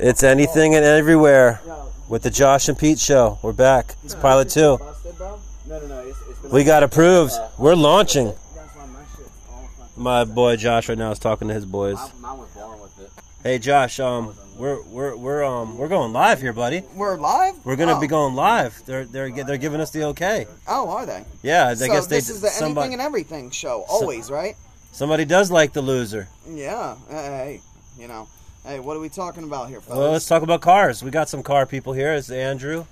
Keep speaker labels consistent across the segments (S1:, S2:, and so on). S1: It's anything and everywhere with the Josh and Pete show. We're back. It's pilot two.
S2: No, no, no. It's, it's been
S1: We got approved. We're launching.
S2: That's why my shit's all fucking.
S1: My boy Josh right now is talking to his boys.
S2: I, mine was born with it.
S1: Hey Josh, um, we're we're we're um we're going live here, buddy.
S2: We're live.
S1: We're gonna
S2: oh.
S1: be going live. They're they're gi- they're giving us the okay.
S2: Oh, are they?
S1: Yeah, I
S2: so
S1: guess they
S2: this is the
S1: somebody
S2: anything and everything show. Always, right?
S1: somebody does like the loser.
S2: Yeah. Hey, hey, you know. Hey, what are we talking about here,
S1: Well,
S2: fellas?
S1: let's talk about cars. We got some car people here. It's Andrew.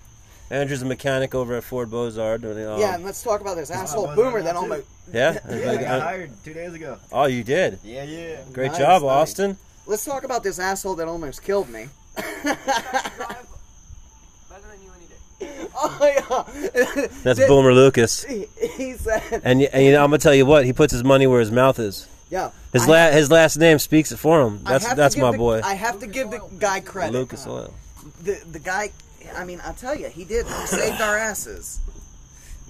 S1: Andrew's a mechanic over at Ford Bozard. and, um,
S2: yeah, and let's talk about this asshole
S3: about
S2: boomer
S3: that
S2: that
S3: too.
S2: almost.
S1: yeah.
S3: Yeah, I
S1: uh,
S3: got hired two days ago.
S1: oh, you did.
S3: Yeah, yeah.
S1: Great
S2: Nice,
S1: job,
S2: nice.
S1: Austin.
S2: Let's talk about this asshole that almost killed me.
S4: Better than you any day.
S2: oh yeah.
S1: That's
S2: Did-
S1: Boomer Lucas.
S2: He, he said,
S1: And, y- and you know, I'm gonna tell you what. He puts his money where his mouth is.
S2: "Yeah."
S1: His
S2: I-
S1: la- his last name speaks it for him.
S2: I
S1: That's
S2: have to
S1: that's
S2: give
S1: my
S2: the-
S1: boy,
S2: I have to give the guy credit.
S1: Lucas Oil.
S2: the the guy I mean, I'll tell you, he did he saved our asses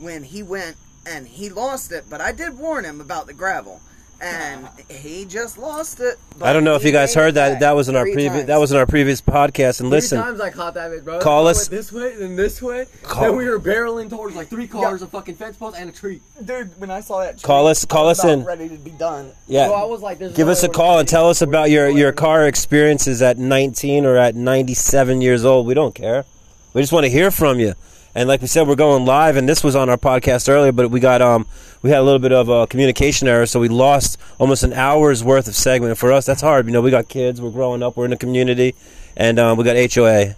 S2: when he went and he lost it, but I did warn him about the gravel. And he just lost it. but
S1: I don't know if
S2: he
S1: you guys
S2: made it
S1: heard that.
S2: back
S1: That was in our
S2: three
S1: previous
S2: times.
S1: that was in our previous podcast. And
S4: Three
S1: listen,
S4: times I caught that bitch, bro.
S1: Call
S4: I went
S1: us-
S4: this way, then this way.
S1: Call-
S4: Then we were barreling towards like three cars, a fucking fence post, and a tree.
S2: dude. When I saw that,
S1: Call
S2: tweet,
S1: us- call
S2: I was
S1: us
S2: about
S1: in.
S2: Ready to be done.
S1: yeah,
S4: So I was like, there's
S1: give
S4: no
S1: us a
S4: way
S1: call
S4: we're
S1: and tell us
S4: gonna-
S1: about your
S4: we're
S1: your
S4: gonna-
S1: car experiences at 19 or at 97 years old. We don't care. We just want to hear from you. And like we said, we're going live, and this was on our podcast earlier, but we got um we had a little bit of a communication error, so we lost almost an hour's worth of segment. And for us, that's hard. You know, we got kids, we're growing up, we're in the community, and um, we got HOA.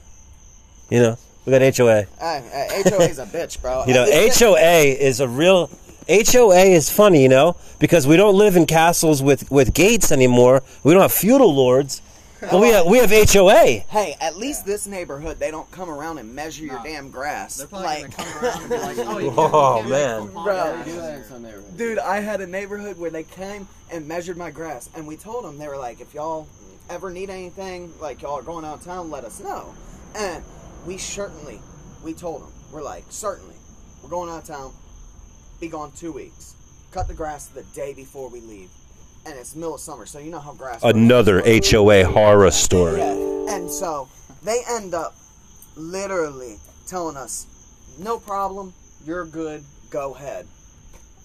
S1: You know, we got HOA.
S2: Uh, uh, HOA's a bitch, bro.
S1: You know, HOA is a real HOA is funny, you know, because we don't live in castles with with gates anymore. We don't have feudal lords, but we have we have HOA.
S2: Hey, at least this neighborhood, they don't come around and measure your damn grass.
S3: They're probably
S2: like,
S3: gonna come around and be like, oh, you can't,
S1: Oh,
S3: you can't
S1: man.
S3: make a pond
S2: Bro.
S3: out of this area.
S2: Dude, I had a neighborhood where they came and measured my grass, and we told them they were like, if y'all ever need anything, like y'all are going out of town, let us know. And we certainly, we told them, we're like, certainly, we're going out of town. Be gone two weeks. Cut the grass the day before we leave, and it's middle of summer, so you know how grass. grows.
S1: HOA horror story.
S2: Yeah. And so they end up literally telling us, no problem, you're good, go ahead.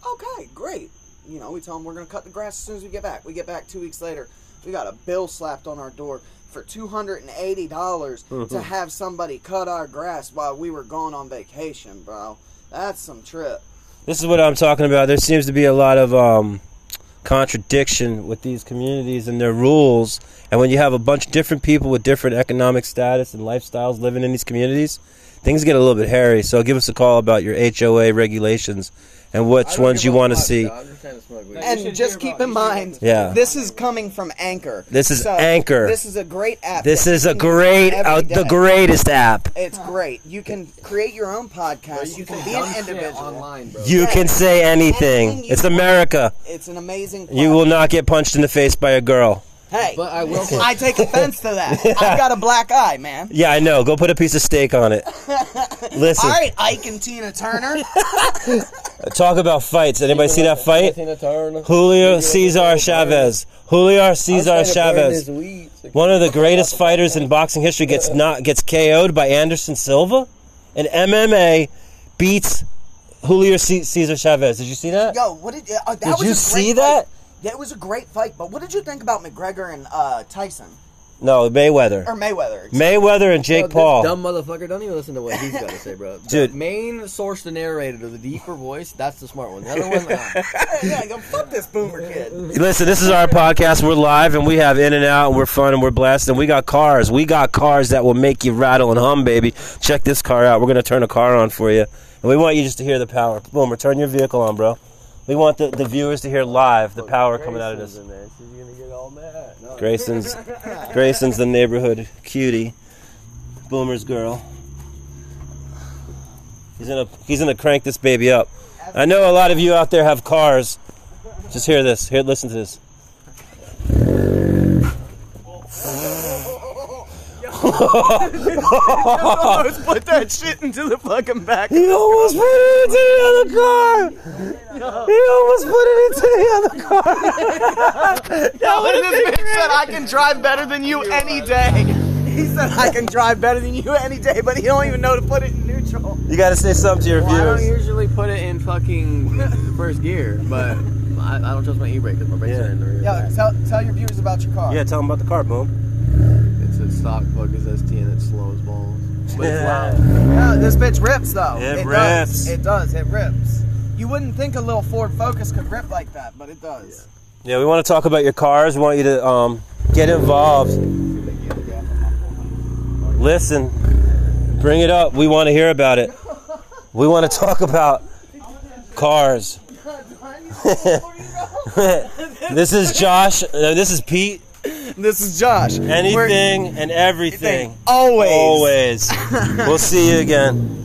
S2: Okay, great. You know, we tell them we're going to cut the grass as soon as we get back. We get back two weeks later. We got a bill slapped on our door for $280 dollars
S1: Mm-hmm.
S2: to have somebody cut our grass while we were gone on vacation, bro. That's some trip.
S1: This is what I'm talking about. There seems to be a lot of um, contradiction with these communities and their rules. And when you have a bunch of different people with different economic status and lifestyles living in these communities, things get a little bit hairy. So give us a call about your HOA regulations and which ones you want to see.
S4: You
S2: And
S4: should
S2: just
S4: hear about- you should
S2: keep in
S4: hear
S2: mind,
S4: about
S1: Yeah.
S2: this is coming from Anchor.
S1: This is Anchor.
S2: This is a great app.
S1: This
S2: that
S1: is
S2: you
S1: a
S2: can use
S1: great,
S2: every
S1: uh,
S2: day.
S1: the greatest app.
S2: It's great. You can create your own podcast. You can be an individual.
S4: online, bro.
S1: You can say anything.
S2: Anything you
S1: It's
S2: want.
S1: America.
S2: It's an amazing.
S1: You will not get punched in the face by a girl.
S2: Hey,
S4: But I will.
S2: I take offense to that. I've got a black eye, man.
S1: Yeah, I know. Go put a piece of steak on it. Listen,
S2: All right, Ike and Tina Turner.
S1: talk about fights. Anybody see that fight? Julio Cesar Chavez. Julio Cesar Chavez. One of the greatest fighters in boxing history gets not gets KO'd by Anderson Silva, and MMA beats Julio C- Cesar Chavez. Did you see that?
S2: Yo, what did uh, that
S1: Did
S2: was a
S1: you
S2: great
S1: see
S2: fight.
S1: that?
S2: That was a great fight. But what did you think about McGregor and uh, Tyson
S1: No, Mayweather.
S2: or Mayweather?
S1: Mayweather and Jake Paul.
S4: Dumb motherfucker. Don't even listen to what he's got to say, bro.
S1: Dude.
S4: The main source, the narrator, the deeper voice. That's the smart one. The other one. nah.
S2: yeah, yo, fuck this boomer kid.
S1: Listen, this is our podcast. We're live and we have in and out and we're fun and we're blessed and we got cars. We got cars that will make you rattle and hum, baby. Check this car out. We're gonna turn a car on for you. And we want you just to hear the power. Boom, return your vehicle on, bro. We want the, the viewers to hear live the power coming out of this.
S4: Grayson's in there. She's gonna get all mad. No.
S1: Grayson's Grayson's the neighborhood cutie. Boomer's girl. He's gonna he's gonna crank this baby up. I know a lot of you out there have cars. Just hear this. Here listen to this.
S2: Almost put that shit into the fucking back.
S1: He almost put it into the other car. He almost put it into the other car.
S2: Yo, and this bitch said I can drive better than you any day. He said I can drive better than you any day, but he don't even know to put it in neutral.
S1: You got to say something to your
S4: Well, I don't
S1: viewers.
S4: usually put it in fucking first gear, but I, I don't trust my e-brake because my brakes
S1: Yeah.
S4: are in the rear.
S2: Yeah,
S4: back.
S2: tell, tell your viewers about your car.
S1: Yeah, tell them about the car, boom.
S4: It's a stock Focus ST and it's slow as balls. But it's loud.
S2: Yeah, this bitch rips though.
S1: It rips.
S2: Does. It does. It rips. You wouldn't think a little Ford Focus could rip like that, but it does.
S1: Yeah, we want to talk about your cars. We want you to um, get involved. Listen, bring it up. We want to hear about it. We want to talk about cars. this is Josh. uh, this is Pete.
S2: This is Josh. Oh, We're-
S1: Anything and everything.
S2: Always.
S1: Always. we'll see you again.